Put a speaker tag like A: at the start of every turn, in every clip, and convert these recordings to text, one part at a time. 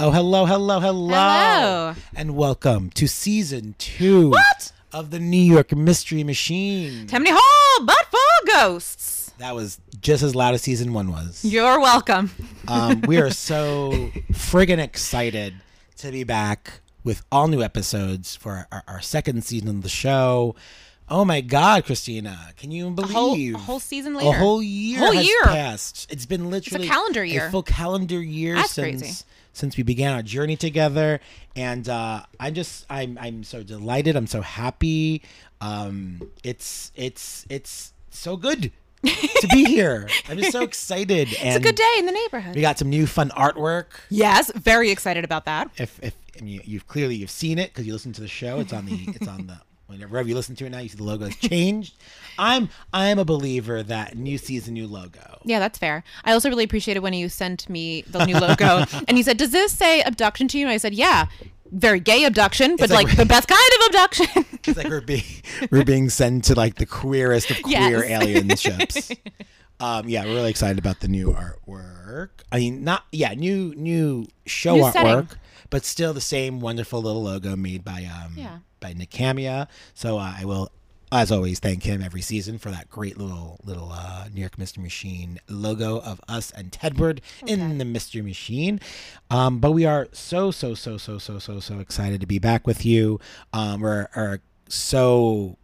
A: Oh, hello, hello, hello.
B: Hello.
A: And welcome to season two
B: What?
A: of the New York Mystery Machine.
B: Tammany Hall, but for ghosts.
A: that was just as loud as season one was.
B: You're welcome.
A: Um, we are so friggin' excited to be back with all new episodes for our, our second season of the show. Oh my God, Christina, can you
B: A whole,
A: believe?
B: a whole season
A: A
B: later.
A: whole year
B: Whole
A: has
B: year.
A: passed. It's been literally
B: calendar year.
A: full calendar year
B: That's
A: since
B: crazy.
A: since we began our journey together. And uh, I'm just I'm I'm so delighted. I'm so happy. Um, it's it's it's so good to be here. I'm just so excited. And
B: it's a good day in the neighborhood.
A: We got some new fun artwork.
B: yes, very excited about that.
A: If if I mean, you've clearly you've seen it because you listen to the show. It's on the it's on the. Whenever you listen to it now, you see the logo has changed. I'm I'm a believer that new season, new logo.
B: Yeah, that's fair. I also really appreciated when you sent me the new logo and you said, Does this say abduction to you? And I said, Yeah, very gay abduction, but
A: like-
B: like, the best kind of abduction.
A: It's like we're being we're being sent to like the queerest of queer
B: Yes.
A: alien ships. Um, yeah, we're really excited about the new artwork. I mean, not yeah, new new show
B: New
A: artwork,
B: setting.
A: but still the same wonderful little logo made by um
B: Yeah.
A: by Nick Camia. So uh, I will, as always, thank him every season for that great little little uh, New York Mystery Machine logo of us and Tedward in the Mystery Machine. Um, but we are so so so so so so so excited to be back with you. Um, we're are so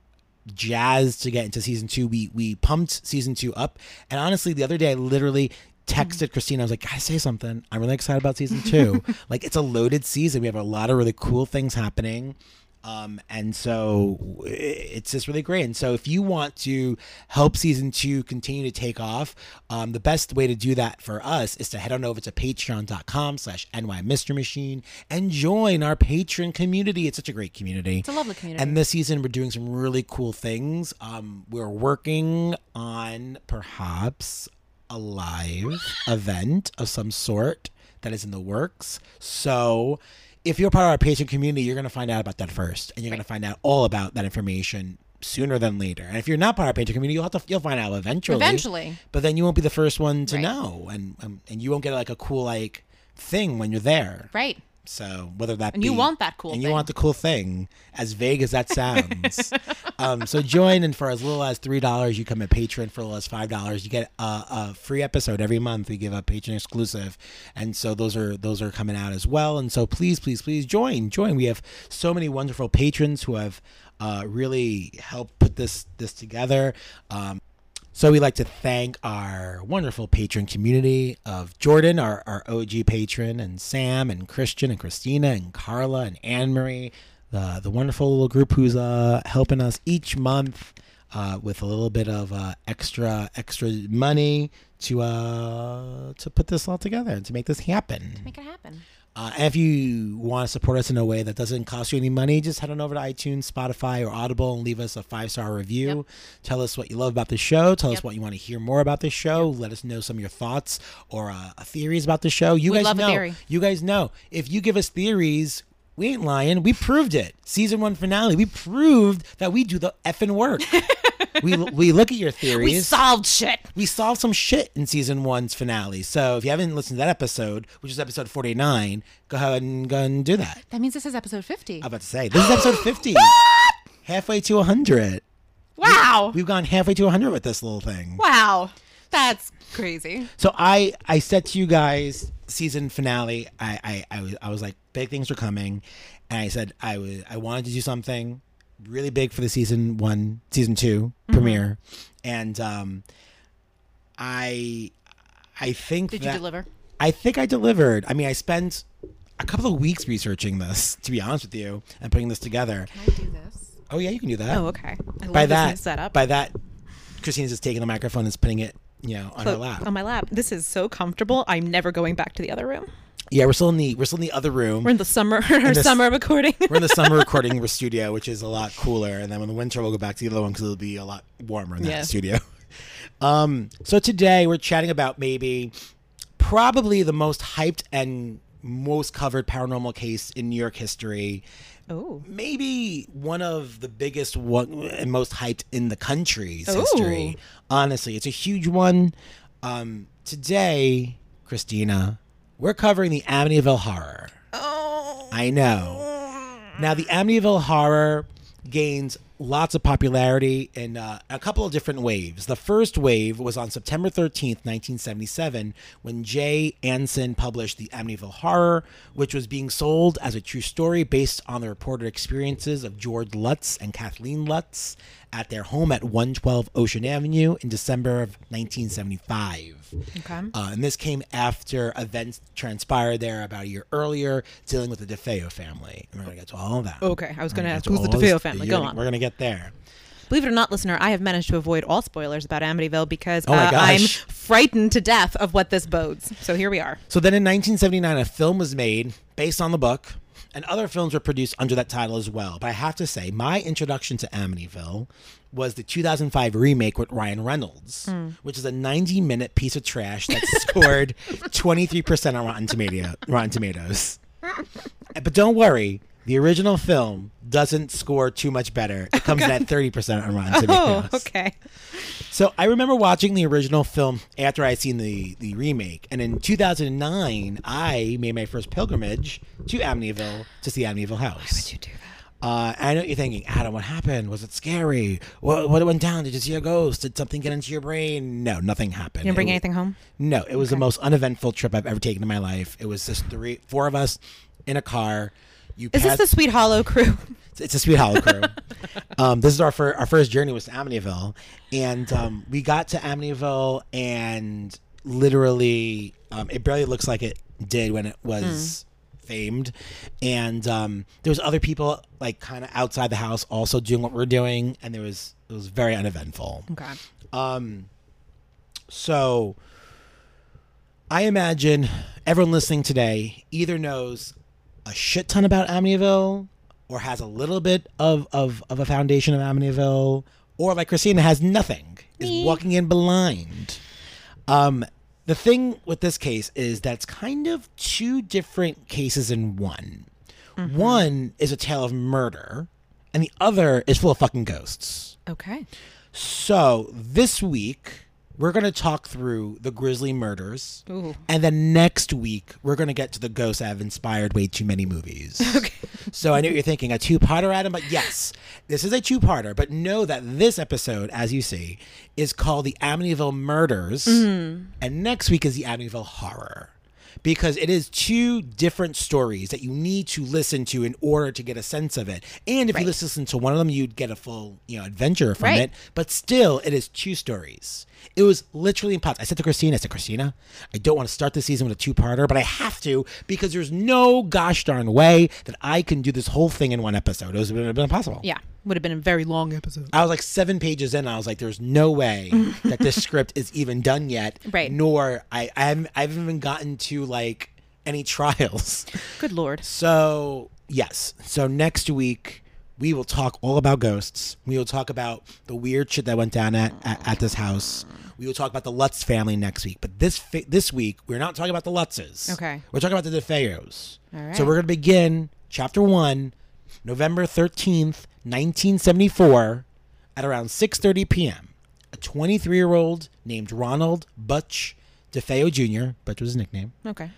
A: jazzed to get into season two. We we pumped season two up, and honestly, the other day I literally texted Christina. I was like, "Guys, say something. I'm really excited about season two. like, it's a loaded season. We have a lot of really cool things happening." Um, and so i- it's just really great. And so if you want to help season two continue to take off, um, the best way to do that for us is to head on over to patreon.com slash NY Mystery Machine and join our patron community. It's such a great community.
B: It's a lovely community.
A: And this season, we're doing some really cool things. Um, we're working on perhaps a live event of some sort that is in the works. So, if you're part of our Patreon community, you're going to find out about that first, and you're going to find out all about that information sooner than later. And if you're not part of our Patreon community, you'll have to you'll find out eventually.
B: Eventually.
A: but then you won't be the first one to
B: Right.
A: know, and, and and you won't get like a cool like thing when you're there.
B: right.
A: So whether that
B: And
A: be,
B: you want that cool
A: and you
B: thing.
A: want the cool thing, as vague as that sounds. um, so join, and for as little as three dollars, you come a patron. For as little as five dollars, you get a, a free episode every month. We give a patron exclusive, and so those are those are coming out as well. And so please, please, please join, join. We have so many wonderful patrons who have uh, really helped put this this together. Um, so we'd like to thank our wonderful patron community of Jordan, our, our OG patron, and Sam and Christian and Christina and Carla and Anne Marie, the, the wonderful little group who's uh, helping us each month uh, with a little bit of uh, extra extra money to uh, to put this all together and to make this happen.
B: Make it happen.
A: Uh, and if you want to support us in a way that doesn't cost you any money, just head on over to iTunes, Spotify, or Audible and leave us a five star review. Tell us what you love about the show. Tell us
B: Yep.
A: what you want to hear more about the show. Let us know some of your thoughts or uh, theories about the show. You
B: We
A: guys
B: love a
A: know.
B: theory.
A: You guys know. If you give us theories, we ain't lying. We proved it. Season one finale. We proved that we do the effing work. we we look at your theories
B: We solved shit.
A: we solved some shit in season one's finale. So if you haven't listened to that episode, which is episode 49, go ahead and go and do that.
B: That means this is episode 50.
A: I was about to say, this is episode 50. halfway to 100.
B: wow.
A: We've gone halfway to 100 with this little thing.
B: wow. That's crazy.
A: So I, I said to you guys, season finale, I, I, I, was, I was like, big things are coming. And I said, I, was, I wanted to do something really big for the season one, season 2
B: Mm-hmm.
A: premiere. And um, I, I think
B: Did
A: that,
B: you deliver?
A: I think I delivered. I mean, I spent a couple of weeks researching this, to be honest with you, and putting this together.
B: I do this.
A: Oh yeah, you can do that.
B: Oh, okay. I love
A: by
B: this
A: that
B: new setup.
A: by that, Christina's just taking the microphone and is putting it, you know, on her
B: But
A: lap.
B: Oh, On my lap. This is so comfortable. I'm never going back to the other room.
A: yeah, we're still in the we're still in the other room.
B: We're in the summer our
A: this-
B: summer recording.
A: We're in the summer recording studio, which is a lot cooler. And then in the winter, we'll go back to the other one because it'll be a lot warmer in that
B: Yeah.
A: studio. Um, so today we're chatting about maybe probably the most hyped and most covered paranormal case in New York history.
B: oh.
A: maybe one of the biggest one and most hyped in the country's
B: Ooh.
A: history. Honestly, it's a huge one. Um, today, Christina, We're covering the Amityville Horror.
B: Oh.
A: I know. Now, the Amityville Horror gains lots of popularity in uh, a couple of different waves. The first wave was on September 13th, 1977, when Jay Anson published The Amityville Horror, which was being sold as a true story based on the reported experiences of George Lutz and Kathleen Lutz at their home at 112 Ocean Avenue in December of 1975.
B: Okay.
A: Uh, and this came after events transpired there about a year earlier, dealing with the DeFeo family. And we're going to get to all of that.
B: Okay, I was
A: We're
B: gonna
A: gonna
B: ask,
A: get to
B: Oh, who's the
A: all this-
B: DeFeo family?
A: you're
B: Go
A: gonna-
B: on.
A: We're going to get there.
B: Believe it or not, listener, I have managed to avoid all spoilers about Amityville because
A: my
B: uh, I'm
A: gosh.
B: frightened to death of what this bodes. So here we are.
A: So then in 1979, a film was made based on the book, and other films were produced under that title as well. But I have to say, my introduction to Amityville was the 2005 remake with Ryan Reynolds, which is a 90 minute piece of trash that scored 23% on Rotten, Tomato- Rotten Tomatoes. But don't worry, the original film doesn't score too much better. It comes in at 30% on Rotten Tomatoes.
B: Oh, okay.
A: So I remember watching the original film after I had seen the, the remake, and in 2009, I made my first pilgrimage to Amityville to see Amityville House. Uh, I know what you're thinking, Adam. What happened? Was it scary? What, what went down? Did you see a ghost? Did something get into your brain? No, nothing happened.
B: You didn't bring
A: It-
B: anything home?
A: no, it was the most uneventful trip I've ever taken in my life. It was just three, four of us in a car. You
B: Is this
A: pass-
B: the Sweet Hollow crew?
A: it's a Sweet Hollow crew. um, this is our fir- our first journey was to Amityville, and um, we got to Amityville, and literally, um, it barely looks like it did when it was famed. And um, there was other people like kind of outside the house also doing what we're doing, and there was it was very uneventful.
B: Okay.
A: So I imagine everyone listening today either knows a shit ton about Amityville or has a little bit of, of, of a foundation of Amityville or like Christina has nothing, is
B: Me.
A: walking in blind. Um, the thing with this case is that it's kind of two different cases in one. One is a tale of murder and the other is full of fucking ghosts.
B: Okay.
A: So this week we're gonna talk through the Grizzly murders,
B: Ooh.
A: and then next week we're gonna get to the ghosts that have inspired way too many movies. Okay. So I know what you're thinking a two-parter, Adam, but yes, this is a two-parter. But know that this episode, as you see, is called the Amityville Murders,
B: Mm-hmm.
A: and next week is the Amityville Horror. Because it is two different stories that you need to listen to in order to get a sense of it. And if you
B: Right.
A: just listen to one of them, you'd get a full, you know, adventure from
B: Right.
A: it. But still, it is two stories. It was literally impossible. I said to Christina, I said, Christina, I don't want to start the season with a two-parter, but I have to because there's no gosh darn way that I can do this whole thing in one episode. It was it would have been impossible.
B: Yeah. Would have been a very long episode.
A: I was like seven pages in. And I was like, "There's no way that this script is even done yet."
B: Right.
A: Nor I, I haven't, I haven't even gotten to like any trials.
B: Good lord.
A: So, yes. So next week we will talk all about ghosts. We will talk about the weird shit that went down at, at, at this house. We will talk about the Lutz family next week. But this fi- this week we're not talking about the Lutzes.
B: Okay.
A: We're talking about the DeFeos.
B: All right.
A: So we're going to begin chapter 1, November 13th, 1974 at around 6:30 p.m. A 23-year-old named Ronald Butch DeFeo Jr., Butch was his nickname
B: Okay.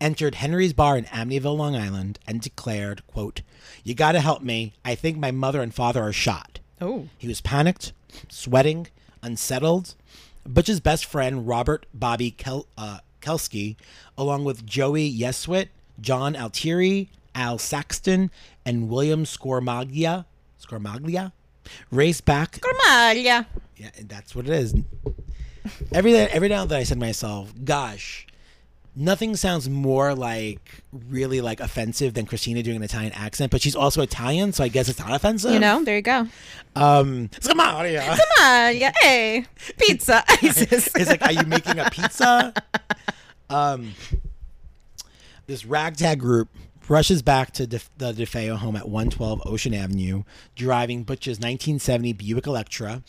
A: entered Henry's bar in Amityville, Long Island, and declared, quote, You gotta help me. I think my mother and father are shot.
B: Oh.
A: He was panicked, sweating, unsettled. Butch's best friend, Robert Bobby Kel- uh, Kelsky, along with Joey Yeswit, John Altieri, Al Saxton, and William Scormaglia, Scormaglia, raced back
B: Amalia.
A: yeah, that's what it is. Every every now and then I said to myself, "Gosh, nothing sounds more like really like offensive than Christina doing an Italian accent." But she's also Italian, so I guess it's not offensive.
B: You know, there you go.
A: um, Samaria.
B: Amalia. Hey. Pizza. Isis.
A: it's like, are you making a pizza? um, this ragtag group rushes back to De- the DeFeo home at 112 Ocean Avenue, driving Butch's 1970 Buick Electra.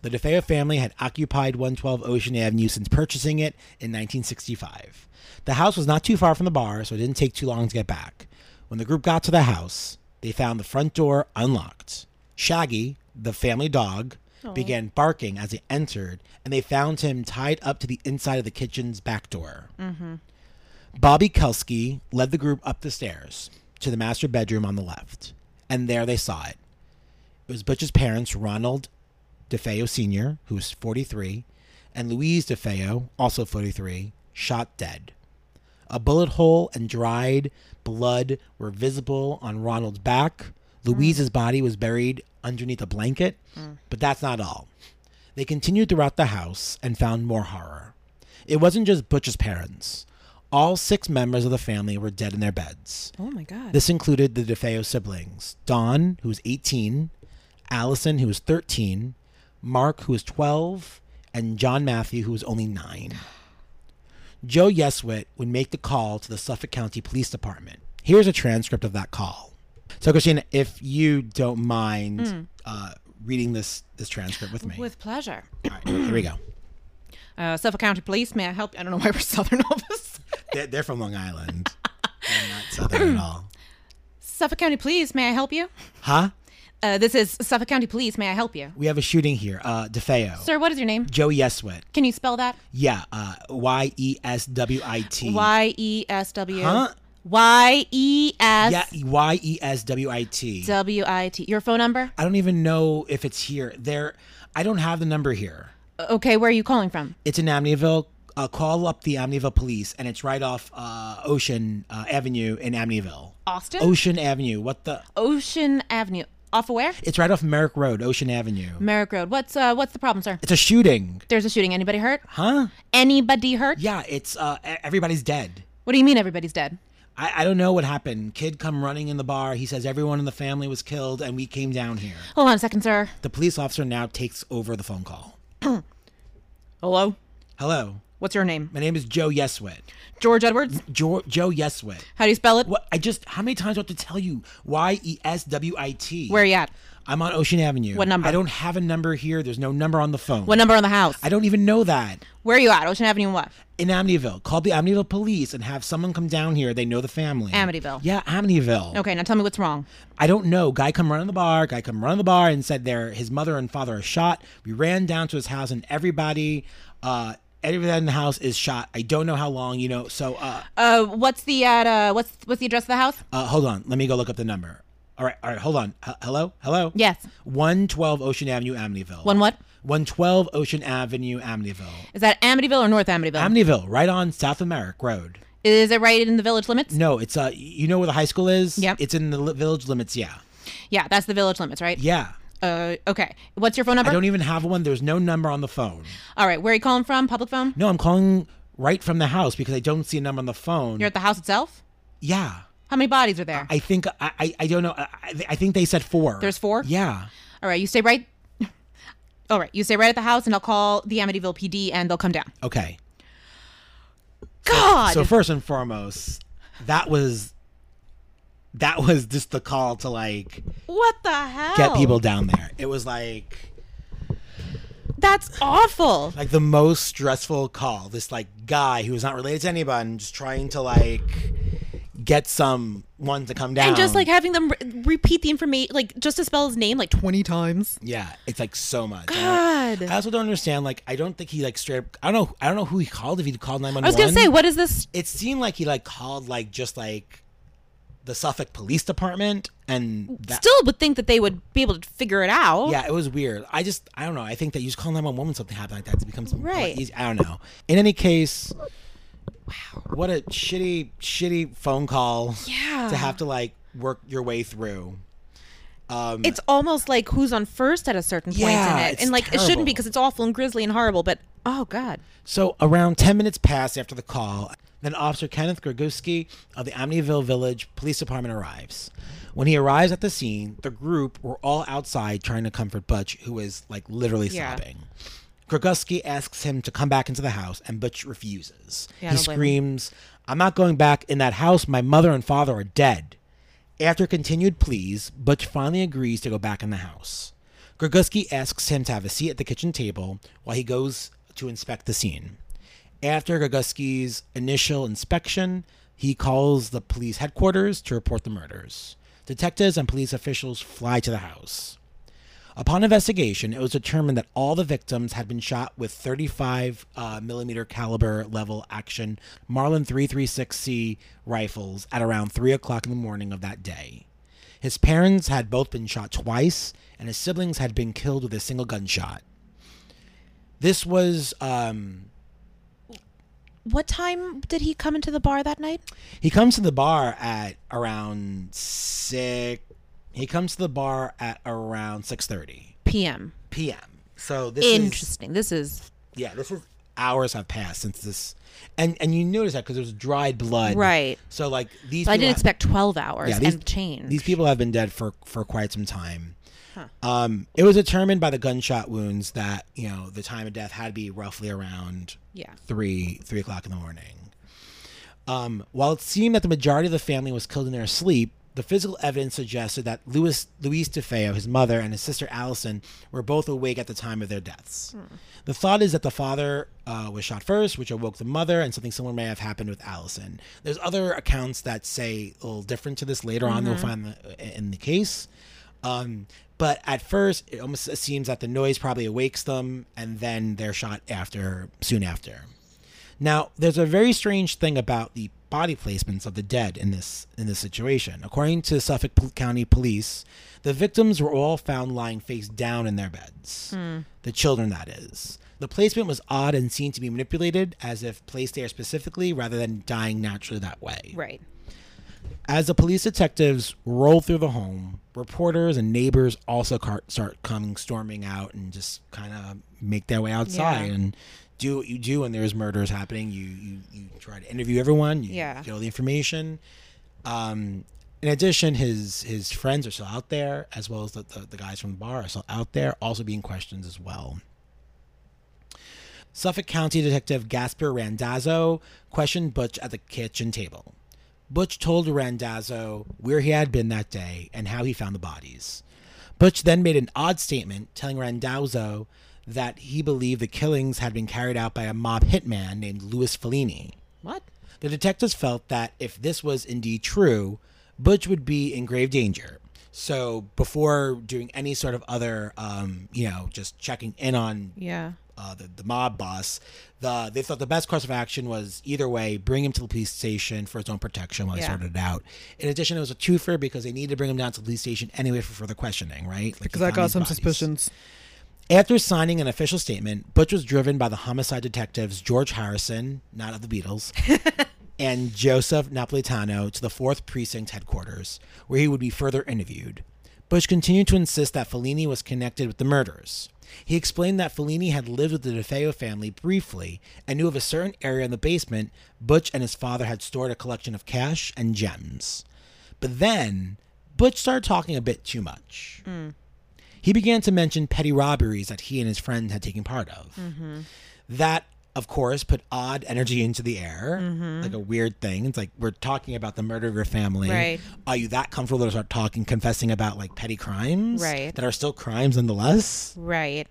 A: The DeFeo family had occupied 112 Ocean Avenue since purchasing it in 1965. The house was not too far from the bar, so it didn't take too long to get back. When the group got to the house, they found the front door unlocked. Shaggy, the family dog, began barking as they entered, and they found him tied up to the inside of the kitchen's back door. Bobby Kelsky led the group up the stairs to the master bedroom on the left, and there they saw it. It was Butch's parents, Ronald DeFeo Sr., who was 43, and Louise DeFeo, also 43, shot dead. A bullet hole and dried blood were visible on Ronald's back. Louise's body was buried underneath a blanket, but that's not all. They continued throughout the house and found more horror. It wasn't just Butch's parents. All six members of the family were dead in their beds.
B: Oh my god.
A: This included the DeFeo siblings Don, who was 18, Allison, who was 13, Mark, who was 12, and John Matthew, who was only 9. Joe Yeswit would make the call to the Suffolk County Police Department. Here's a transcript of that call. So, Christina, if you don't mind uh, reading this, this transcript with me.
B: With pleasure.
A: All right, here we go.
B: Uh, Suffolk County Police, may I help? I don't know why we're Southern all of a sudden.
A: They're, they're from Long Island. they're not Southern at all.
B: Suffolk County Police, may I help you?
A: Huh?
B: Uh, this is Suffolk County Police, may I help you?
A: We have a shooting here. Uh, DeFeo.
B: Sir, what is your name?
A: Joe Yeswit.
B: Can you spell that?
A: Yeah, uh, Y E S W I T.
B: Y E S W.
A: Huh?
B: Y E
A: Yeah,
B: S
A: Y E S W I T.
B: W I T. Your phone number?
A: I don't even know if it's here. There, I don't have the number here.
B: Okay, where are you calling from?
A: It's in Amityville. Uh, call up the Amityville police, and it's right off uh, Ocean uh, Avenue in Amityville.
B: Austin?
A: Ocean Avenue. What the?
B: Ocean Avenue. Off of where?
A: It's right off Merrick Road, Ocean Avenue.
B: Merrick Road. What's uh, what's the problem, sir?
A: It's a shooting,
B: There's a shooting. Anybody hurt?
A: huh?
B: Anybody hurt?
A: Yeah, it's uh, e- everybody's dead.
B: What do you mean everybody's dead?
A: I, I don't know what happened. Kid come running in the bar. He says everyone in the family was killed, and we came down here.
B: Hold on a second, sir.
A: The police officer now takes over the phone call.
B: Hello?
A: Hello,
B: What's your name?
A: my name is Joe Yeswit.
B: George Edwards?
A: Jo- Joe Yeswit.
B: How do you spell it?
A: What? I just. How many times do I have to tell you? Y e s w i t.
B: Where are you at?
A: I'm on Ocean Avenue.
B: What number?
A: I don't have a number here. There's no number on the phone.
B: What number on the house?
A: I don't even know that.
B: Where are you at? Ocean Avenue and what?
A: In Amityville, call the Amityville police and have someone come down here. They know the family.
B: Amityville.
A: Yeah, Amityville.
B: Okay, now tell me what's wrong.
A: I don't know. Guy come running the bar. Guy come running the bar and said there his mother and father are shot. We ran down to his house and everybody, uh, everybody in the house is shot. I don't know how long. You know. So uh,
B: Uh, what's the at, uh, what's what's the address of the house?
A: uh, hold on. Let me go look up the number. All right. All right. Hold on. H- hello. Hello.
B: Yes.
A: One twelve Ocean Avenue, Amityville.
B: One what?
A: One twelve Ocean Avenue, Amityville.
B: Is that Amityville or North Amityville?
A: Amityville, right on South America Road.
B: Is it right in the village limits?
A: No, it's uh, you know where the high school is.
B: Yep.
A: It's in the li- village limits. Yeah.
B: Yeah, that's the village limits, right?
A: Yeah.
B: Uh, okay. What's your phone
A: I
B: number?
A: don't even have one. There's no number on the phone.
B: All right. Where are you calling from? Public phone?
A: No, I'm calling right from the house because I don't see a number on the phone.
B: You're at the house itself?
A: yeah.
B: How many bodies are there?
A: I think I, I, I don't know. I, I I think they said four.
B: There's four?
A: Yeah.
B: All right. You stay right. All right. You stay right at the house and I'll call the Amityville PD and they'll come down.
A: Okay.
B: God.
A: So first and foremost, that was that was just the call to like
B: what the hell?
A: get people down there. It was like
B: That's awful.
A: like the most stressful call. This like guy who is not related to anyone, just trying to like get someone to come down.
B: And just like having them re- repeat the information, like just to spell his name like 20 times.
A: yeah, it's like so much.
B: God.
A: I also don't understand. Like, I don't think he like straight. up- I don't know. I don't know who he called. If he called nine one one,
B: I was going to say, what is this?
A: it seemed like he like called like just like the Suffolk Police Department, and that,
B: Still would think that they would be able to figure it out.
A: yeah, it was weird. I just I don't know. I think that you just call nine one one when something happened like that. It becomes
B: Right.
A: right. Easy. I don't know. In any case, wow, what a shitty shitty phone call.
B: Yeah.
A: to have to like work your way through. Um,
B: it's almost like who's on first at a certain point
A: Yeah,
B: in it.
A: it's
B: And like it shouldn't be
A: terrible.
B: because it's awful and grisly and horrible, but oh God.
A: So around 10 minutes passed after the call, then Officer Kenneth Griguski of the Amityville Village Police Department arrives. When he arrives at the scene, the group were all outside trying to comfort Butch, who is like literally
B: Yeah.
A: sobbing. Griguski asks him to come back into the house, and Butch refuses.
B: Yeah, I
A: he
B: don't blame him.
A: screams, I'm not going back in that house. My mother and father are dead. After continued pleas, Butch finally agrees to go back in the house. Griguski asks him to have a seat at the kitchen table while he goes to inspect the scene. After Griguski's initial inspection, he calls the police headquarters to report the murders. Detectives and police officials fly to the house. Upon investigation, it was determined that all the victims had been shot with 35 uh, millimeter caliber level action Marlin 336C rifles at around 3 o'clock in the morning of that day. His parents had both been shot twice, and his siblings had been killed with a single gunshot. This was um,
B: What time did he come into the bar that night?
A: He comes to the bar at around six. He comes to the bar at around six thirty
B: PM.
A: p.m. So this is
B: Interesting. This is
A: yeah, this is hours have passed since this, and and you notice that because there's dried blood,
B: Right.
A: So like these, people
B: I didn't
A: have-
B: expect 12 hours
A: Yeah, these-
B: and change.
A: These people have been dead for for quite some time. Um, it was determined by the gunshot wounds that you know the time of death had to be roughly around
B: Yeah.
A: three three o'clock in the morning. Um, while it seemed that the majority of the family was killed in their sleep, the physical evidence suggested that Louis Luis DeFeo, his mother, and his sister Allison were both awake at the time of their deaths. The thought is that the father uh, was shot first, which awoke the mother, and something similar may have happened with Allison. There's other accounts that say a little different to this later on. We'll find the, in the case. Um, but at first, it almost seems that the noise probably awakes them, and then they're shot after soon after. Now, there's a very strange thing about the body placements of the dead in this in this situation. According to Suffolk Pol- County Police, the victims were all found lying face down in their beds. The children, that is. The placement was odd and seemed to be manipulated, as if placed there specifically rather than dying naturally that way.
B: right.
A: As the police detectives roll through the home, reporters and neighbors also car- start coming storming out and just kind of make their way outside
B: Yeah.
A: and do what you do when there's murders happening. You you, you try to interview everyone. You
B: Yeah.
A: get all the information. Um, in addition, his his friends are still out there, as well as the, the, the guys from the bar are still out there, also being questioned as well. Suffolk County Detective Gasper Randazzo questioned Butch at the kitchen table. Butch told Randazzo where he had been that day and how he found the bodies. Butch then made an odd statement telling Randazzo that he believed the killings had been carried out by a mob hitman named Louis Fellini.
B: What?
A: The detectives felt that if this was indeed true, Butch would be in grave danger. So before doing any sort of other, um, you know, just checking in on
B: Yeah.
A: uh, the, the mob boss, the they thought the best course of action was either way, bring him to the police station for his own protection while they
B: Yeah.
A: sorted it out. In addition, it was a twofer because they needed to bring him down to the police station anyway for further questioning, right? Like,
C: Because
A: they
C: I
A: found
C: got
A: these
C: some
A: bodies.
C: suspicions.
A: After signing an official statement, Butch was driven by the homicide detectives George Harrison, not of the Beatles, and Joseph Napolitano to the 4th Precinct headquarters, where he would be further interviewed. Bush continued to insist that Fellini was connected with the murders. He explained that Fellini had lived with the DeFeo family briefly and knew of a certain area in the basement Butch and his father had stored a collection of cash and gems. But then, Butch started talking a bit too much. He began to mention petty robberies that he and his friend had taken part of that of course put odd energy into the air like a weird thing it's like we're talking about the murder of your family
B: Right.
A: are you that comfortable to start talking confessing about like petty crimes
B: Right.
A: that are still crimes nonetheless
B: Right.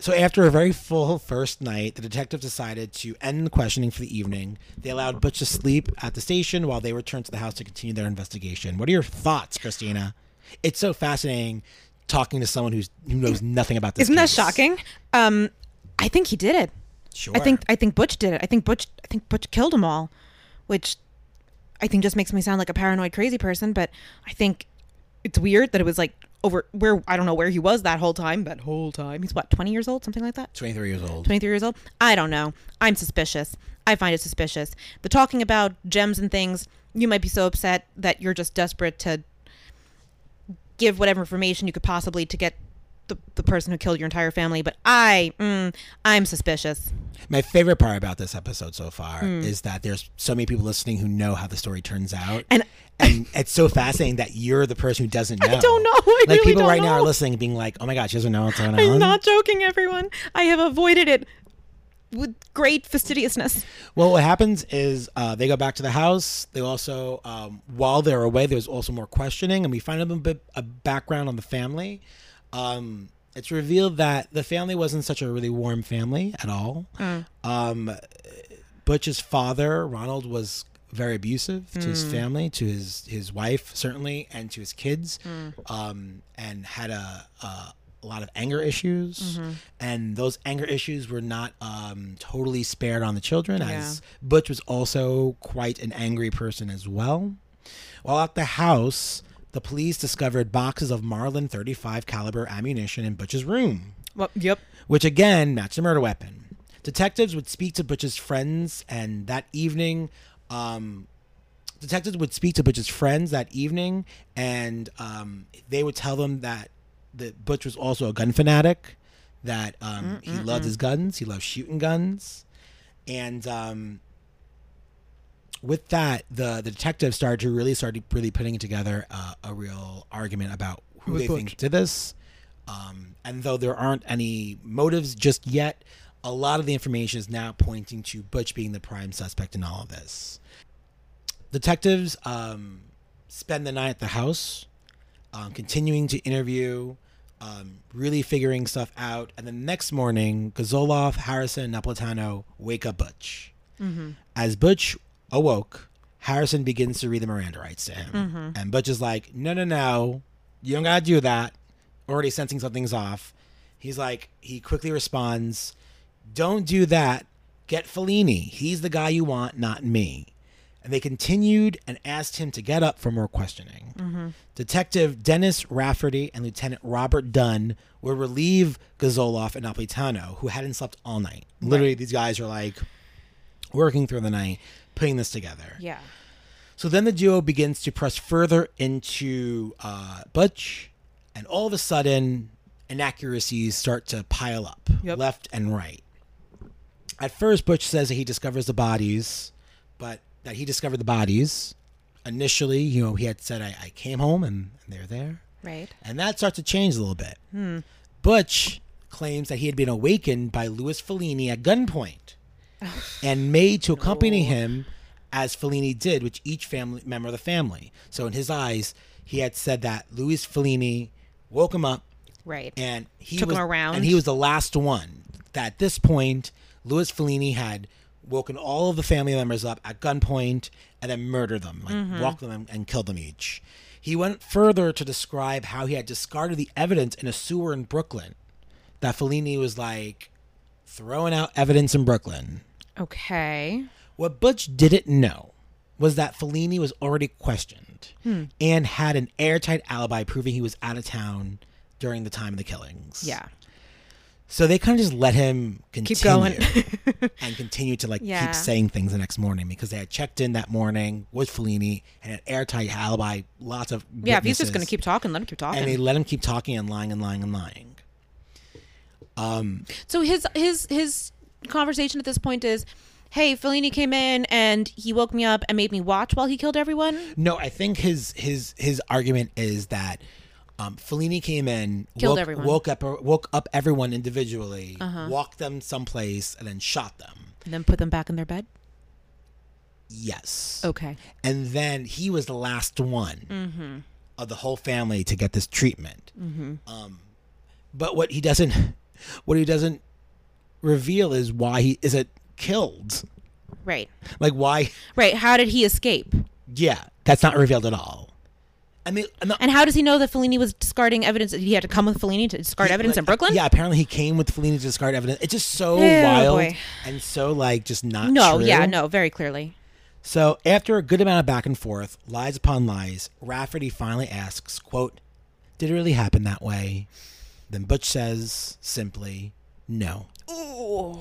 A: so after a very full first night the detectives decided to end the questioning for the evening they allowed butch to sleep at the station while they returned to the house to continue their investigation what are your thoughts christina it's so fascinating talking to someone who's who knows nothing about this
B: Isn't that
A: case.
B: shocking? Um, I think he did it.
A: sure
B: I think I think Butch did it. I think Butch I think Butch killed them all, which I think just makes me sound like a paranoid crazy person. But I think it's weird that it was like over where I don't know where he was that whole time. That whole time he's what twenty years old, something like that.
A: 23 years old
B: 23 years old? I don't know. I'm suspicious. I find it suspicious. The talking about gems and things, you might be so upset that you're just desperate to give whatever information you could possibly to get the, the person who killed your entire family. But I, mm, I'm suspicious.
A: My favorite part about this episode so far
B: Hmm.
A: is that there's so many people listening who know how the story turns out.
B: And-
A: And it's so fascinating that you're the person who doesn't know.
B: don't know. I
A: like
B: really
A: people
B: don't
A: right now are
B: know.
A: listening and being like, "Oh my god, she doesn't know what's going on."
B: I'm not joking, everyone. I have avoided it with great fastidiousness.
A: Well, what happens is uh, they go back to the house. They also, um, while they're away, there's also more questioning, and we find out a bit a background on the family. Um, it's revealed that the family wasn't such a really warm family at all. Um, Butch's father, Ronald, was very abusive to his family, to his his wife certainly, and to his kids, um, and had a, a a lot of anger issues, and those anger issues were not um, totally spared on the children, as Butch was also quite an angry person as well. While at the house, the police discovered boxes of Marlin 35 caliber ammunition in Butch's room
B: Well, yep.
A: which again matched a murder weapon. Detectives would speak to Butch's friends, and that evening, um, detectives would speak to Butch's friends that evening, and um, they would tell them that that Butch was also a gun fanatic, that um, he loved his guns, he loved shooting guns, and um, with that, the, the detectives started to really started really putting together uh, a real argument about who
B: Who's
A: they
B: Butch?
A: think did this. Um, and though there aren't any motives just yet, a lot of the information is now pointing to Butch being the prime suspect in all of this. Detectives um, spend the night at the house, um, continuing to interview, um, really figuring stuff out. And the next morning, Gazolov, Harrison, and Napolitano wake up Butch. As Butch awoke, Harrison begins to read the Miranda rights to him. And Butch is like, no, no, no. You don't got to do that. Already sensing something's off. He's like, he quickly responds, don't do that. Get Fellini. He's the guy you want, not me. And they continued and asked him to get up for more questioning. Detective Dennis Rafferty and Lieutenant Robert Dunn would relieve Gazoloff and Napolitano, who hadn't slept all night. Literally, these guys are like working through the night, putting this together.
B: Yeah.
A: So then the duo begins to press further into uh, Butch, and all of a sudden, inaccuracies start to pile up
B: Yep.
A: left and right. At first, Butch says that he discovers the bodies, but that he discovered the bodies. Initially, you know, he had said, I, I came home and, and they're there.
B: Right.
A: And that starts to change a little bit. Butch claims that he had been awakened by Louis Fellini at gunpoint and made to accompany him as Fellini did, which each family member of the family. So in his eyes, he had said that Louis Fellini woke him up
B: Right.
A: and he
B: Took him
A: was,
B: around.
A: and he was the last one. That at this point, Louis Fellini had woken all of the family members up at gunpoint and then murdered them, like
B: Mm-hmm.
A: walked them and, and killed them each. He went further to describe how he had discarded the evidence in a sewer in Brooklyn. That Fellini was like throwing out evidence in Brooklyn.
B: okay.
A: What Butch didn't know was that Fellini was already questioned
B: Hmm.
A: and had an airtight alibi proving he was out of town during the time of the killings.
B: Yeah.
A: So they kind of just let him continue
B: Keep going.
A: and continue to like
B: Yeah.
A: keep saying things the next morning because they had checked in that morning with Fellini and an airtight alibi, lots of
B: yeah. If he's just going
A: witnesses,
B: to keep talking, let him keep talking.
A: and they let him keep talking and lying and lying and lying.
B: So his his his conversation at this point is, "Hey, Fellini came in and he woke me up and made me watch while he killed everyone."
A: No, I think his his his argument is that um, Fellini came in,
B: Killed
A: woke,
B: everyone. Uh-huh.
A: woke up woke up everyone individually, walked them someplace, and then shot them.
B: And then put them back in their bed.
A: Yes.
B: Okay.
A: and then he was the last one
B: Mm-hmm.
A: of the whole family to get this treatment. Um, but what he doesn't, what he doesn't reveal is why he isn't killed.
B: Right.
A: Like why?
B: Right. How did he escape?
A: Yeah, that's not revealed at all. I mean, and the-
B: And how does he know that Fellini was discarding evidence? Did he have to come with Fellini to discard evidence
A: like,
B: in Brooklyn?
A: Yeah, apparently he came with Fellini to discard evidence. It's just so
B: Ew,
A: wild
B: boy.
A: and so like just not.
B: No.
A: true.
B: Yeah. No. Very clearly.
A: So after a good amount of back and forth, lies upon lies, Rafferty finally asks, quote, Did it really happen that way? Then Butch says simply, No.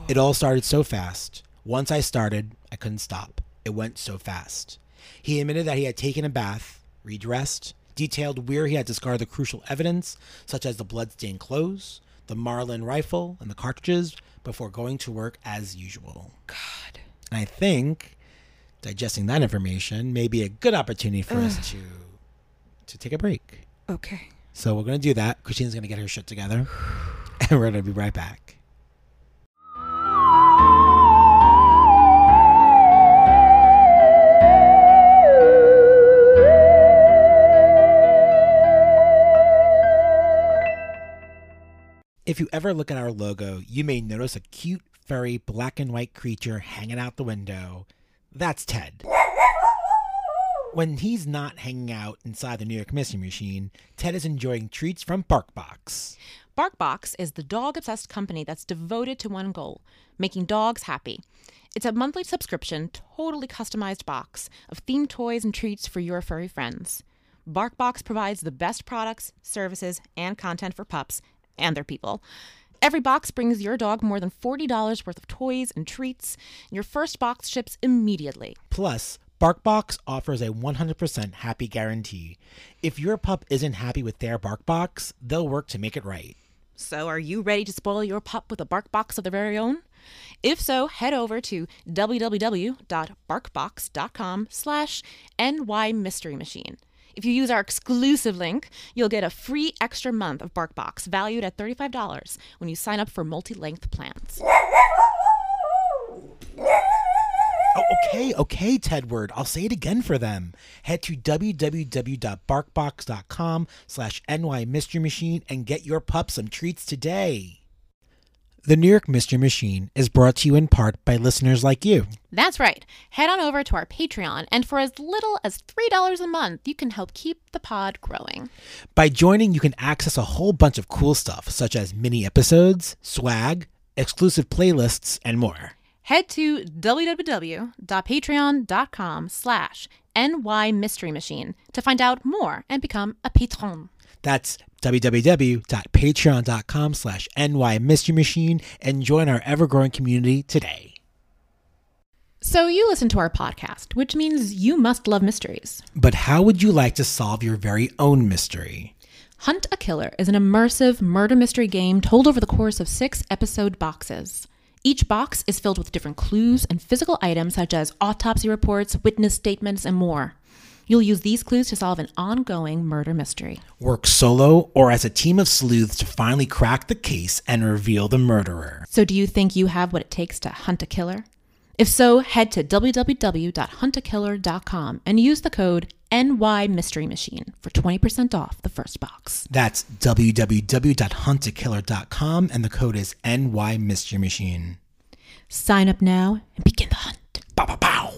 A: It all started so fast. Once I started, I couldn't stop. It went so fast. He admitted that he had taken a bath, redressed, detailed where he had discarded the crucial evidence, such as the bloodstained clothes, the Marlin rifle, and the cartridges, before going to work as usual.
B: God.
A: And I think digesting that information may be a good opportunity for us to to take a break.
B: Okay.
A: So we're gonna do that. Christine's gonna get her shit together, and we're gonna be right back. If you ever look at our logo, you may notice a cute, furry, black and white creature hanging out the window. That's Ted. When he's not hanging out inside the New York Mystery Machine, Ted is enjoying treats from BarkBox.
B: BarkBox is the dog obsessed company that's devoted to one goal making dogs happy. It's a monthly subscription, totally customized box of themed toys and treats for your furry friends. BarkBox provides the best products, services, and content for pups and their people. Every box brings your dog more than $40 worth of toys and treats. Your first box ships immediately.
A: Plus, BarkBox offers a 100% happy guarantee. If your pup isn't happy with their BarkBox, they'll work to make it right.
B: So, are you ready to spoil your pup with a bark box of their very own? If so, head over to www.barkbox.com slash nymysterymachine. If you use our exclusive link, you'll get a free extra month of BarkBox valued at $35 when you sign up for multi-length plans.
A: Oh, okay, okay, Tedward. I'll say it again for them. Head to www.barkbox.com slash NY Mystery Machine and get your pup some treats today. The New York Mystery Machine is brought to you in part by listeners like you.
B: That's right. Head on over to our Patreon, and for as little as $3 a month, you can help keep the pod growing.
A: By joining, you can access a whole bunch of cool stuff, such as mini episodes, swag, exclusive playlists, and more.
B: Head to www.patreon.com slash nymysterymachine to find out more and become a patron.
A: That's www.patreon.com slash NY Mystery Machine and join our ever-growing community today.
B: So you listen to our podcast, which means you must love mysteries.
A: But how would you like to solve your very own mystery?
B: Hunt a Killer is an immersive murder mystery game told over the course of six episode boxes. Each box is filled with different clues and physical items such as autopsy reports, witness statements, and more. You'll use these clues to solve an ongoing murder mystery.
A: Work solo or as a team of sleuths to finally crack the case and reveal the murderer.
B: So, do you think you have what it takes to hunt a killer? If so, head to www.huntakiller.com and use the code NYMysteryMachine for 20% off the first box.
A: That's www.huntakiller.com and the code is NY Mystery Machine.
B: Sign up now and begin the hunt.
A: Bow, bow, bow.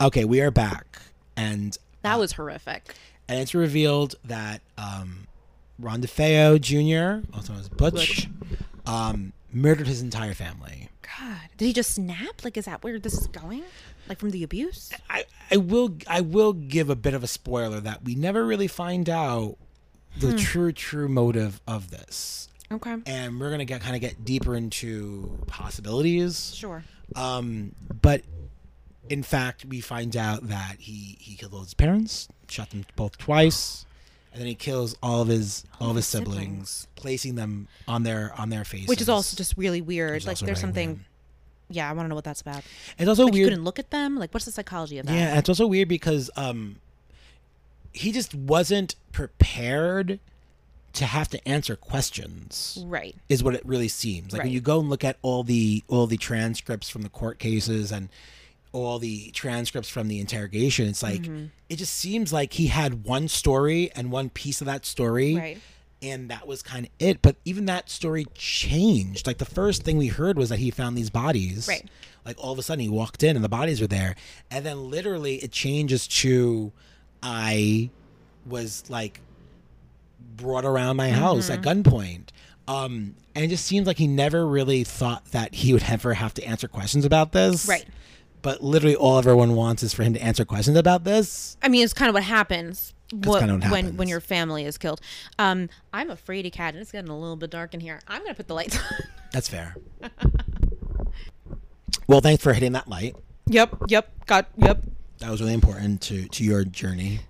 A: Okay, we are back, and
D: That was horrific.
A: and it's revealed that um, Ron DeFeo Jr., also known as Butch, um, murdered his entire family.
D: God, did he just snap? Like, is that where this is going? Like from the abuse?
A: I, I will I will give a bit of a spoiler that we never really find out the
D: Hmm.
A: true true motive of this,
D: Okay,
A: and we're gonna get kind of get deeper into possibilities.
D: sure.
A: Um, but in fact, we find out that he he killed all his parents, shot them both twice, and then he kills all of his all of his siblings, placing them on their on their faces.
D: Which is also just really weird.
A: is
D: Like,
A: also
D: there's
A: very
D: something.
A: weird.
D: Yeah, I want to know what that's about.
A: it's also
D: Like, you
A: weird.
D: couldn't look at them. Like, what's the psychology of that?
A: Yeah, and it's also weird because um, he just wasn't prepared to have to answer questions.
D: Right.
A: is what it really seems like when
D: Right.
A: you go and look at all the all the transcripts from the court cases and all the transcripts from the interrogation it's like
D: Mm-hmm.
A: it just seems like he had one story and one piece of that story
D: Right.
A: and that was kind of it but even that story changed like the first thing we heard was that he found these bodies
D: Right.
A: like all of a sudden he walked in and the bodies were there and then literally it changes to i was like brought around my house
D: Mm-hmm.
A: at gunpoint. Um, and it just seems like he never really thought that he would ever have to answer questions about this.
D: Right.
A: But literally, all everyone wants is for him to answer questions about this.
D: I mean, it's kind of what happens. What,
A: kinda what
D: when when
A: happens.
D: your family is killed, um, I'm a fraidy cat, and it's getting a little bit dark in here. I'm gonna put the lights on.
A: That's fair. well, thanks for hitting that light.
D: yep, yep, got yep,
A: That was really important to to your journey.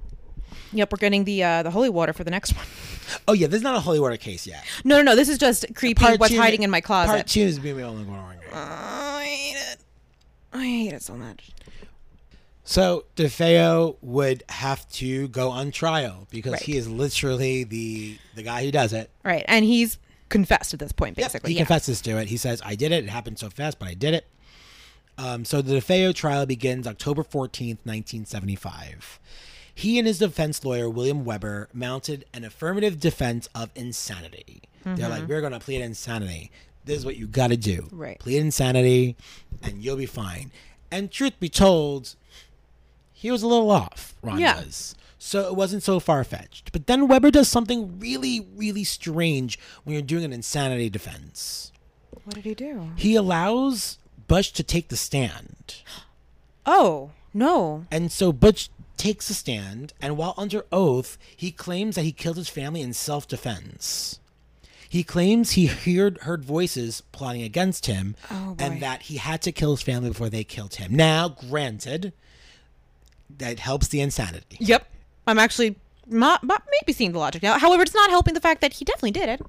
D: yep. We're getting the uh, the holy water for the next one.
A: Oh yeah, this is not a holy water case yet.
D: No, no, no. This is just creepy. what's
A: two-
D: hiding in my closet?
A: Part two is being the only one.
D: Oh, I hate it. I hate it so much.
A: So DeFeo would have to go on trial because
D: Right.
A: he is literally the the guy who does it.
D: Right, and he's confessed at this point, basically.
A: He
D: yeah.
A: confesses to it. He says, I did it. It happened so fast, but I did it. Um, so the DeFeo trial begins October 14th, 1975. He and his defense lawyer, William Weber, mounted an affirmative defense of insanity. They're
D: Mm-hmm.
A: like, we're going to plead insanity. This is what you got to do.
B: Right.
A: Plead insanity, and you'll be fine. And truth be told, he was a little off, Ron
B: Yeah.
A: was. So it wasn't so far fetched. But then Weber does something really, really strange when you're doing an insanity defense.
B: What did he do?
A: He allows Bush to take the stand.
B: Oh, no.
A: And so Butch takes a stand, and while under oath, he claims that he killed his family in self defense. He claims he heard, heard voices plotting against him
B: Oh, boy.
A: and that he had to kill his family before they killed him. Now, granted, that helps the insanity.
B: Yep. I'm actually not, but maybe seeing the logic now. However, it's not helping the fact that he definitely did it.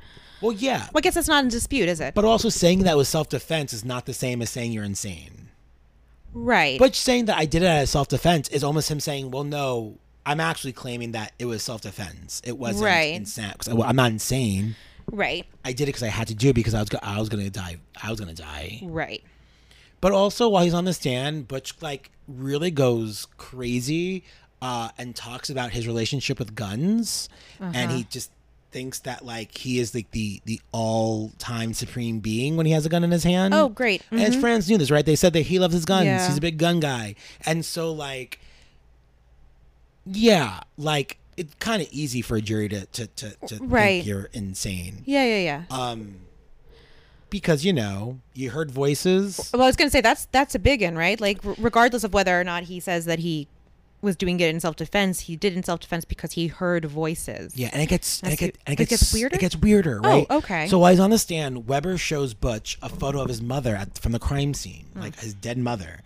A: Well, yeah.
B: Well, I guess that's not in dispute, is it?
A: But also saying that was self defense is not the same as saying you're insane.
B: right.
A: But saying that I did it as self defense is almost him saying, "Well, no, I'm actually claiming that it was self defense. It wasn't
B: Right.
A: insane. 'cause I- well, I'm not insane.
B: right.
A: I did it because I had to do it because I was go- I was gonna die. I was gonna die.
B: Right.
A: But also while he's on the stand, Butch like really goes crazy uh, and talks about his relationship with guns, and
B: Uh-huh.
A: he just thinks that like he is like the the all time supreme being when he has a gun in his hand.
B: Oh, great.
A: And his friends knew this, right? They said that he loves his guns.
B: Yeah.
A: He's a big gun guy. And so, like, yeah, like, it's kind of easy for a jury to, to, to, to
B: Right.
A: think you're insane.
B: Yeah, yeah, yeah.
A: Um, because, you know, you heard voices.
B: well, I was going to say that's that's a big one, right? Like r- regardless of whether or not he says that he was doing it in self-defense, he did in self-defense because he heard voices.
A: Yeah, and it gets and it,
B: That's-
A: get, and it,
B: it
A: gets,
B: gets weirder? Oh,
A: It gets weirder, right?
B: okay.
A: So while he's on the stand, Weber shows Butch a photo of his mother at, from the crime scene,
B: Mm.
A: like his dead mother,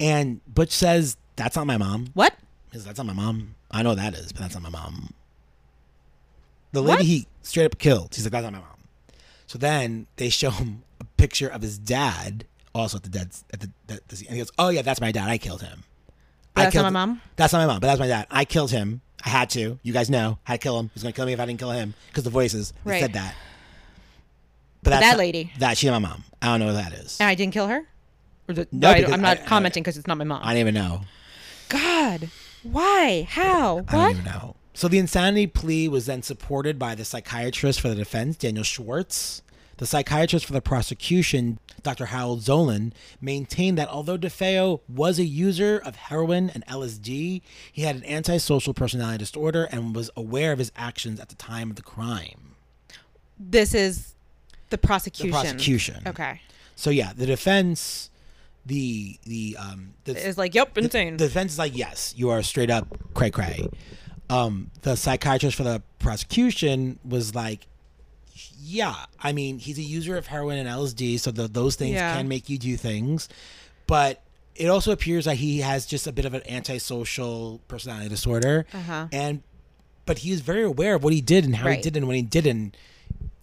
A: and Butch says, "That's not my mom."
B: What?
A: Because that's not my mom. I know what that is, but that's not my mom. The lady
B: What?
A: he straight up killed. He's like, that's not my mom. So then they show him a picture of his dad, also at the dead at the, the, the scene. and he goes, oh yeah, that's my dad. I killed him.
B: But that's not
A: killed-
B: my mom?
A: That's not my mom, but that's my dad. I killed him. I had to. You guys know. I had to kill him. He's gonna kill me if I didn't kill him because the voices they
B: Right.
A: said that. But that's
B: that
A: not-
B: lady.
A: That she's my mom. I don't know who that is.
B: And I didn't kill her? Or the,
A: No,
B: I-
A: because
B: I'm not
A: I- I-
B: commenting because it's not my mom.
A: I don't even know.
B: God. Why? How?
A: I don't
B: What?
A: even know. So the insanity plea was then supported by the psychiatrist for the defense, Daniel Schwartz. The psychiatrist for the prosecution, Dr. Harold Zolan, maintained that although DeFeo was a user of heroin and LSD, he had an antisocial personality disorder and was aware of his actions at the time of the crime.
B: This is the prosecution.
A: Prosecution.
B: Okay.
A: So yeah, the defense, the the um, the,
B: It's like, yep, insane.
A: The defense is like, yes, you are straight up cray cray. Um, the psychiatrist for the prosecution was like, yeah, I mean, he's a user of heroin and LSD, so th those things
B: Yeah.
A: can make you do things. But it also appears that he has just a bit of an antisocial personality disorder,
B: Uh-huh.
A: and but he is very aware of what he did and how
B: Right.
A: he did and when he didn't.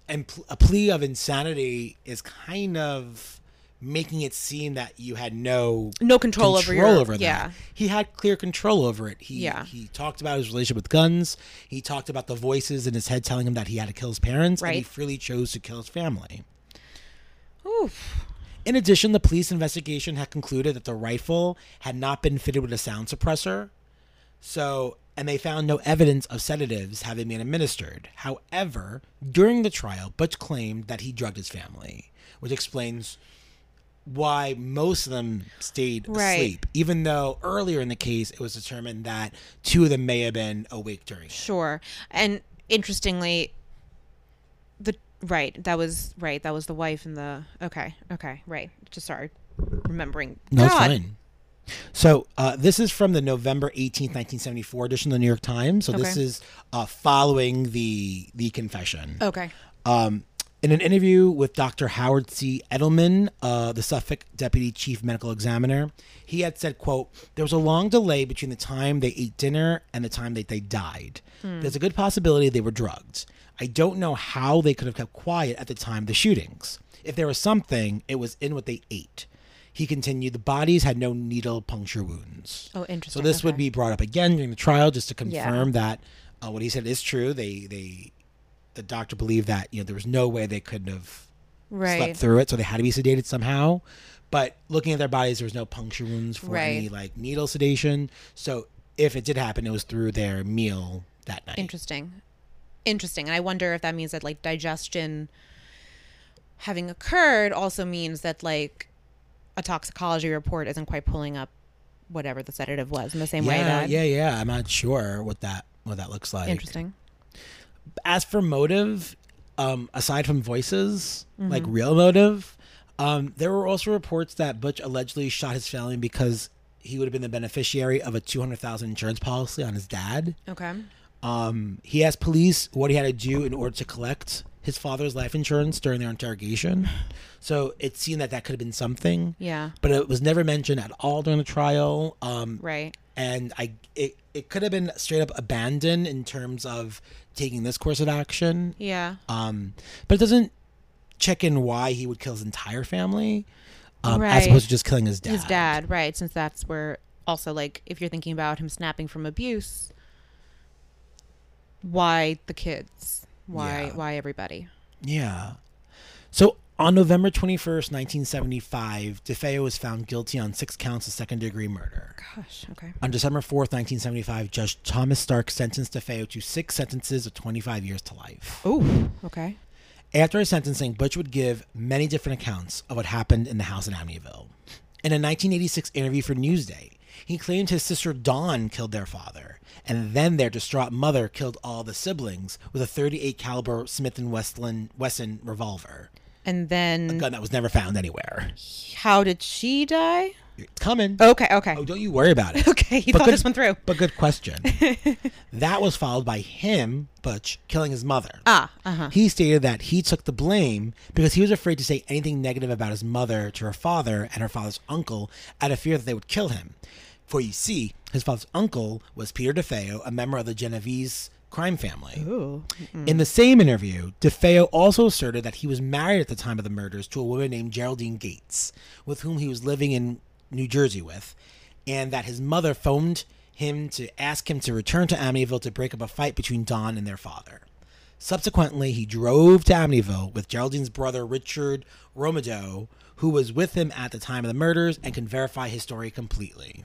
A: And pl- a plea of insanity is kind of making it seem that you had no
B: no control, over your
A: that.
B: yeah
A: He had clear control over it. He
B: Yeah.
A: he talked about his relationship with guns. He talked about the voices in his head telling him that he had to kill his parents, and he
B: Right.
A: freely chose to kill his family.
B: Oof.
A: In addition, the police investigation had concluded that the rifle had not been fitted with a sound suppressor. So, and they found no evidence of sedatives having been administered. However, during the trial, Butch claimed that he drugged his family, which explains why most of them stayed
B: Right.
A: asleep, even though earlier in the case it was determined that two of them may have been awake during it.
B: sure and interestingly the right that was right that was the wife and the okay okay right just sorry remembering
A: No, it's
B: God.
A: fine. So uh, this is from the November eighteenth, nineteen seventy four edition of the New York Times. So this
B: Okay.
A: is uh, following the the confession.
B: okay
A: Um, in an interview with Dr. Howard C. Edelman, uh, the Suffolk Deputy Chief Medical Examiner, he had said, "quote There was a long delay between the time they ate dinner and the time that they died. There's a good possibility they were drugged. I don't know how they could have kept quiet at the time of the shootings. If there was something, it was in what they ate." He continued, "The bodies had no needle puncture wounds."
B: oh
A: So
B: interesting
A: this would
B: okay.
A: be brought up again during the trial just to confirm that uh, what he said is true. They they the doctor believed that you know there was no way they couldn't have
B: right
A: slept through it, so they had to be sedated somehow. But looking at their bodies, there was no puncture wounds for
B: Right.
A: any like needle sedation. So if it did happen, it was through their meal that night.
B: Interesting. Interesting. And I wonder if that means that like digestion having occurred also means that like a toxicology report isn't quite pulling up whatever the sedative was in the same way
A: yeah,
B: that
A: yeah, yeah. I'm not sure what that what that looks like.
B: interesting.
A: as for motive, um, aside from voices, like real motive, um, there were also reports that Butch allegedly shot his family because he would have been the beneficiary of a two hundred thousand insurance policy on his dad.
B: Okay.
A: Um, he asked police what he had to do in order to collect his father's life insurance during their interrogation. So it seemed that that could have been something.
B: Yeah.
A: But it was never mentioned at all during the trial. Um,
B: Right.
A: and I it, it could have been straight up abandoned in terms of taking this course of action.
B: Yeah.
A: Um, but it doesn't check in why he would kill his entire family, um, as
B: Right.
A: opposed to just killing his dad.
B: His dad, right, since that's where also like if you're thinking about him snapping from abuse, why the kids? Why
A: Yeah.
B: why everybody?
A: Yeah. So on November twenty first, nineteen seventy five, DeFeo was found guilty on six counts of second degree murder.
B: Gosh, okay.
A: On December 4th, 1975, Judge Thomas Stark sentenced DeFeo to six sentences of 25 years to life.
B: Oh, okay.
A: After his sentencing, Butch would give many different accounts of what happened in the house in Amityville. In a 1986 interview for Newsday, he claimed his sister Dawn killed their father, and then their distraught mother killed all the siblings with a 38 caliber Smith & Wesson Wesson revolver,
B: And then
A: gun that was never found anywhere.
B: how did she die?
A: It's coming.
B: Okay, okay.
A: Oh, don't you worry about it.
B: Okay, you thought this one through.
A: But good question. that was followed by him, Butch, killing his mother.
B: Ah, uh-huh.
A: He stated that he took the blame because he was afraid to say anything negative about his mother to her father and her father's uncle out of fear that they would kill him. For you see, his father's uncle was Peter DeFeo, a member of the Genovese crime family. Mm-hmm. In the same interview, DeFeo also asserted that he was married at the time of the murders to a woman named Geraldine Gates, with whom he was living in New Jersey with, and that his mother phoned him to ask him to return to Amityville to break up a fight between Don and their father. Subsequently, he drove to Amityville with Geraldine's brother Richard Romado, who was with him at the time of the murders and can verify his story completely.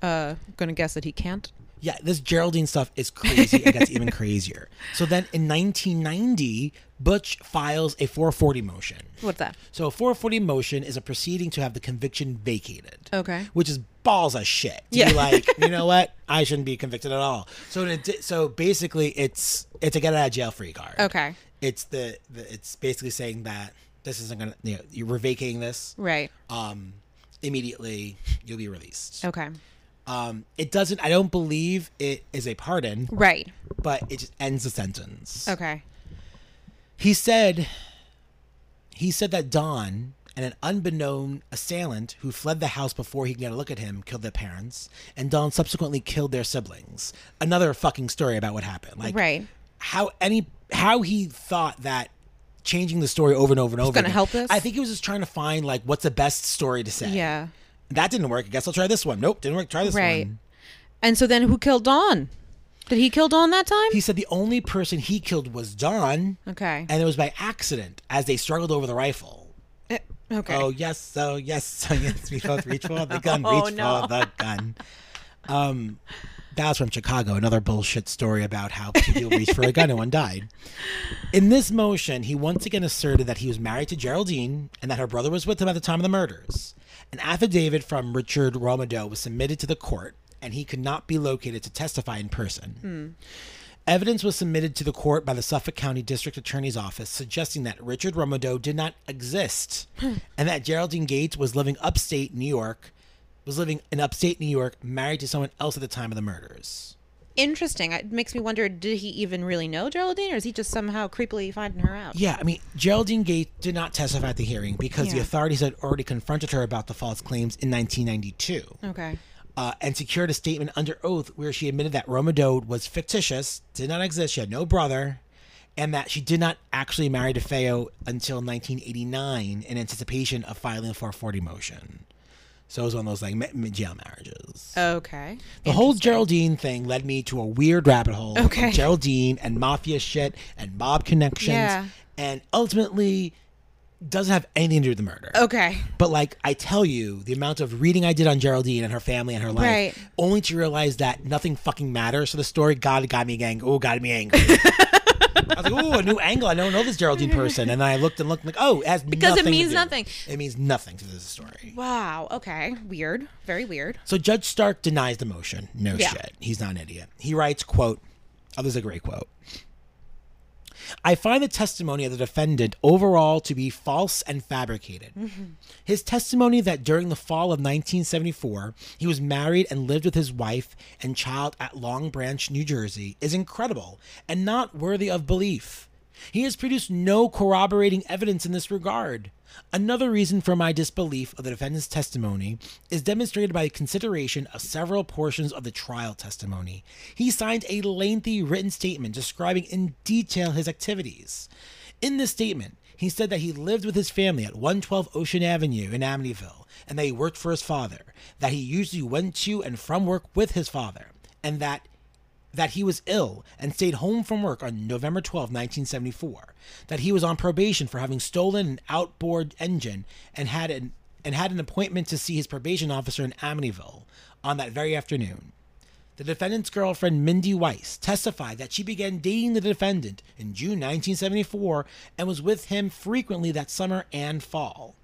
B: Uh, gonna guess that he can't.
A: Yeah, this Geraldine stuff is crazy. It gets even crazier. So then in 1990, Butch files a 440 motion.
B: What's that?
A: So a 440 motion is a proceeding to have the conviction vacated.
B: Okay.
A: Which is balls of shit. To
B: Yeah.
A: be like, you know what? I shouldn't be convicted at all. So to, di- so basically, it's it's a get out of jail free card.
B: Okay.
A: It's the, the it's basically saying that this isn't gonna you know you we're vacating this
B: Right.
A: um immediately you'll be released.
B: Okay.
A: Um, it doesn't. I don't believe it is a pardon,
B: Right.
A: but it just ends the sentence.
B: Okay.
A: He said. He said that Don and an unbeknown assailant who fled the house before he could get a look at him killed their parents, and Don subsequently killed their siblings. Another fucking story about what happened. Like
B: Right.
A: how any how he thought that changing the story over and over and over
B: gonna
A: again.
B: help us?
A: I think he was just trying to find like what's the best story to say.
B: Yeah.
A: That didn't work. I guess I'll try this one. Nope, didn't work. Try this
B: Right.
A: one.
B: And so then who killed Dawn? Did he kill Dawn that time?
A: He said the only person he killed was Don,
B: okay.
A: and it was by accident as they struggled over the rifle.
B: Eh, okay.
A: Oh yes, so yes, so yes. We both reach for the gun.
B: Oh,
A: Reach
B: no.
A: for the gun. Um, that was from Chicago. Another bullshit story about how two people reached for a gun and one died. In this motion, he once again asserted that he was married to Geraldine and that her brother was with him at the time of the murders. An affidavit from Richard Romado was submitted to the court, and he could not be located to testify in person. Evidence was submitted to the court by the Suffolk County District Attorney's Office suggesting that Richard Romano did not exist and that Geraldine Gates was living upstate New York, was living in upstate New York, married to someone else at the time of the murders.
B: Interesting. It makes me wonder did he even really know Geraldine or is he just somehow creepily finding her out?
A: Yeah, I mean, Geraldine Gates did not testify at the hearing because the
B: Yeah.
A: authorities had already confronted her about the false claims in 1992.
B: Okay.
A: uh, and secured a statement under oath where she admitted that Romano was fictitious, did not exist, she had no brother, and that she did not actually marry DeFeo until 1989 in anticipation of filing a 440 motion. So it was one of those like ma- ma- jail marriages.
B: Okay.
A: the whole Geraldine thing led me to a weird rabbit hole
B: Okay.
A: of Geraldine and mafia shit and mob connections,
B: Yeah.
A: and ultimately doesn't have anything to do with the murder.
B: Okay.
A: But like I tell you, the amount of reading I did on Geraldine and her family and her life,
B: Right.
A: only to realize that nothing fucking matters. So the story God got me gang. Oh, got me angry. I was like, ooh, a new angle. I don't know this Geraldine person. And then I looked and looked like, oh, it has
B: Because it
A: nothing to
B: means
A: do.
B: nothing.
A: It means nothing to this story.
B: Wow. Okay. Weird. Very weird.
A: So Judge Stark denies the motion. No
B: Yeah.
A: shit. He's not an idiot. He writes, quote, oh, this is a great quote. I find the testimony of the defendant overall to be false and fabricated.
B: Mm-hmm.
A: His testimony that during the fall of 1974, he was married and lived with his wife and child at Long Branch, New Jersey, is incredible and not worthy of belief. He has produced no corroborating evidence in this regard. Another reason for my disbelief of the defendant's testimony is demonstrated by consideration of several portions of the trial testimony. He signed a lengthy written statement describing in detail his activities. In this statement, he said that he lived with his family at 112 Ocean Avenue in Amityville and that he worked for his father, that he usually went to and from work with his father, and that that he was ill and stayed home from work on November 12, 1974, that he was on probation for having stolen an outboard engine and had an and had an appointment to see his probation officer in Amityville on that very afternoon. The defendant's girlfriend, Mindy Weiss, testified that she began dating the defendant in June 1974 and was with him frequently that summer and fall.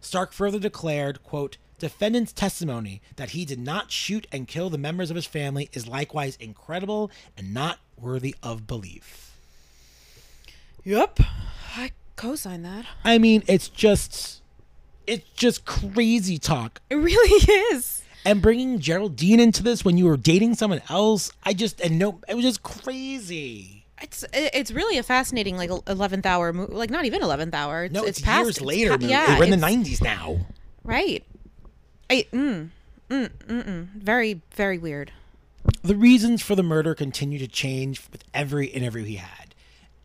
A: Stark further declared, quote, Defendant's testimony that he did not shoot and kill the members of his family is likewise incredible and not worthy of belief.
B: Yep. I co-sign that.
A: I mean, it's just, it's just crazy talk.
B: It really is.
A: And bringing Geraldine into this when you were dating someone else, I just, and no, it was just crazy.
B: It's i- it's really a fascinating like eleventh hour mo- like not even eleventh hour. It's,
A: No, it's,
B: past,
A: years
B: it's
A: later.
B: pa-
A: movie.
B: yeah,
A: we're in the
B: it's-
A: nineties now.
B: Right. I mm, mm, mm, mm. Very very weird.
A: The reasons for the murder continue to change with every interview he had.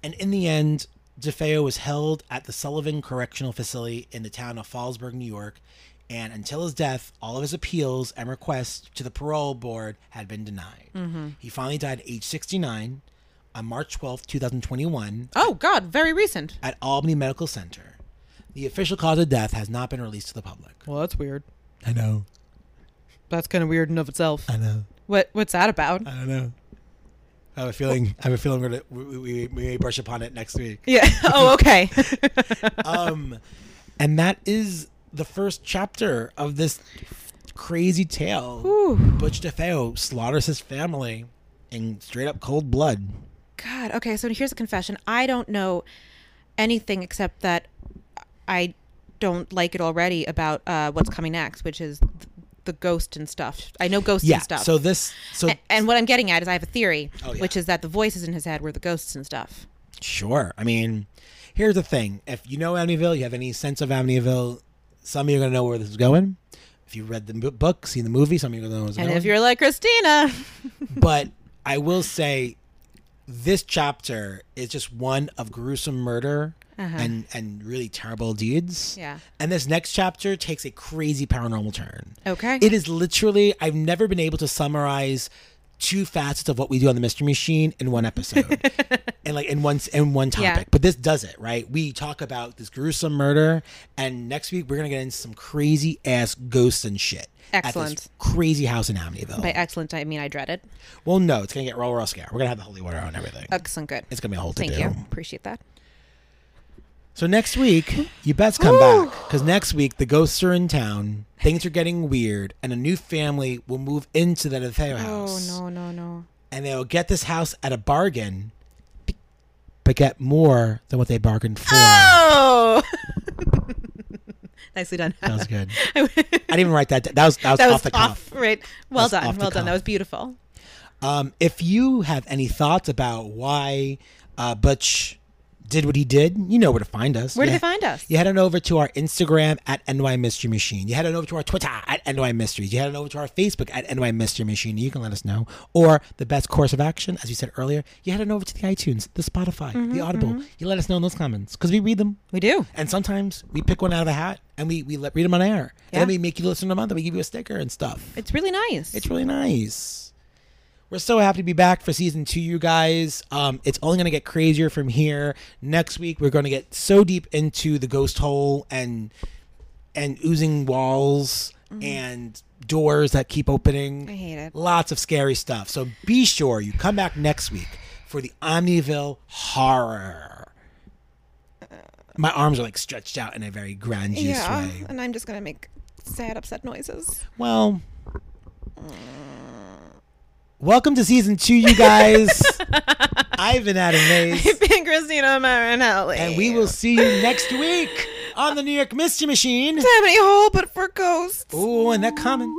A: And in the end, DeFeo was held at the Sullivan Correctional Facility in the town of Fallsburg, New York. And until his death, all of his appeals and requests to the parole board had been denied.
B: Mm-hmm.
A: He finally died at age 69 on March 12, 2021,
B: Oh God, very recent.
A: at Albany Medical Center. The official cause of death has not been released to the public.
B: Well, that's weird.
A: I know.
B: That's kind of weird in of itself.
A: I know.
B: What what's that about?
A: I don't know. I have a feeling. I have a feeling we're gonna, we, we, we may brush upon it next week.
B: Yeah. oh, okay.
A: Um, and that is the first chapter of this crazy tale. Butch DeFeo slaughters his family in straight up cold blood.
B: God. Okay. So here's a confession. I don't know anything except that I don't like it already about uh, what's coming next, which is th- the ghost and stuff. I know ghosts
A: Yeah.
B: and stuff. Eh.
A: So this. So
B: A- and what I'm getting at is I have a theory,
A: Oh, yeah.
B: which is that the voices in his head were the ghosts and stuff.
A: Sure. I mean, here's the thing. If you know Amityville, you have any sense of Amityville, some of you are going to know where this is going. If you read the m- book, seen the movie, some of you are going to know where this is
B: And
A: going.
B: if you're like Christina,
A: but I will say this chapter is just one of gruesome murder and, and really terrible deeds.
B: Uh-huh. Yeah.
A: And this next chapter takes a crazy paranormal turn.
B: okay,
A: It is literally, I've never been able to summarize two facets of what we do on the Mystery Machine in one episode. and like in one s- in one topic.
B: Yeah.
A: But this does it, right? We talk about this gruesome murder and next week we're gonna get into some crazy ass ghosts and shit. At
B: Excellent.
A: this crazy house in Amityville.
B: by excellent I mean I dread it.
A: Well, no, it's gonna get roll roll scare. We're gonna have the holy water on everything.
B: Excellent, good.
A: It's gonna be a whole to
B: Thank
A: do.
B: you, appreciate that.
A: So next week, you best come back because next week the ghosts are in town. Things are getting weird, and a new family will move into the Natheo
B: Oh
A: house.
B: no, no, no.
A: And they'll get this house at a bargain, b- but get more than what they bargained for.
B: Oh, nicely done.
A: That was good.
B: I w-
A: I didn't even write that. Down. That was that was
B: that
A: off
B: was
A: the cuff.
B: off, right? Well
A: was off
B: done,
A: the
B: well done.
A: cuff.
B: That was beautiful.
A: Um, if you have any thoughts about why uh, Butch did what he did, you know where to find us.
B: Where do
A: Yeah.
B: they find us?
A: You head on over to our Instagram at NY Mystery Machine. You head on over to our Twitter at NY Mysteries. You head on over to our Facebook at NY Mystery Machine. You can let us know. Or the best course of action, as we said earlier, you head on over to the iTunes, the Spotify, the Audible. You let us know in those comments because we read them.
B: We do.
A: And sometimes we pick one out of a hat and we, we let, read them on air. And then
B: Yeah.
A: we make you listen to them. Then we give you a sticker and stuff.
B: It's really nice.
A: It's really nice. We're so happy to be back for season two, you guys. Um, it's only going to get crazier from here. Next week, we're going to get so deep into the ghost hole and and oozing walls and doors that keep opening.
B: Mm-hmm. I hate it.
A: Lots of scary stuff. So be sure you come back next week for the Omniville horror. My arms are like stretched out in a very grandiose
B: Uh-uh. Yeah,
A: way.
B: and I'm just gonna make sad, upset noises.
A: Well, welcome to season two, you guys. I've been Adam Mays,
B: Been Christina Marinelli.
A: and we will see you next week on the New York Mystery Machine.
B: Timony Hole, but for ghosts.
A: Ooh, and that coming.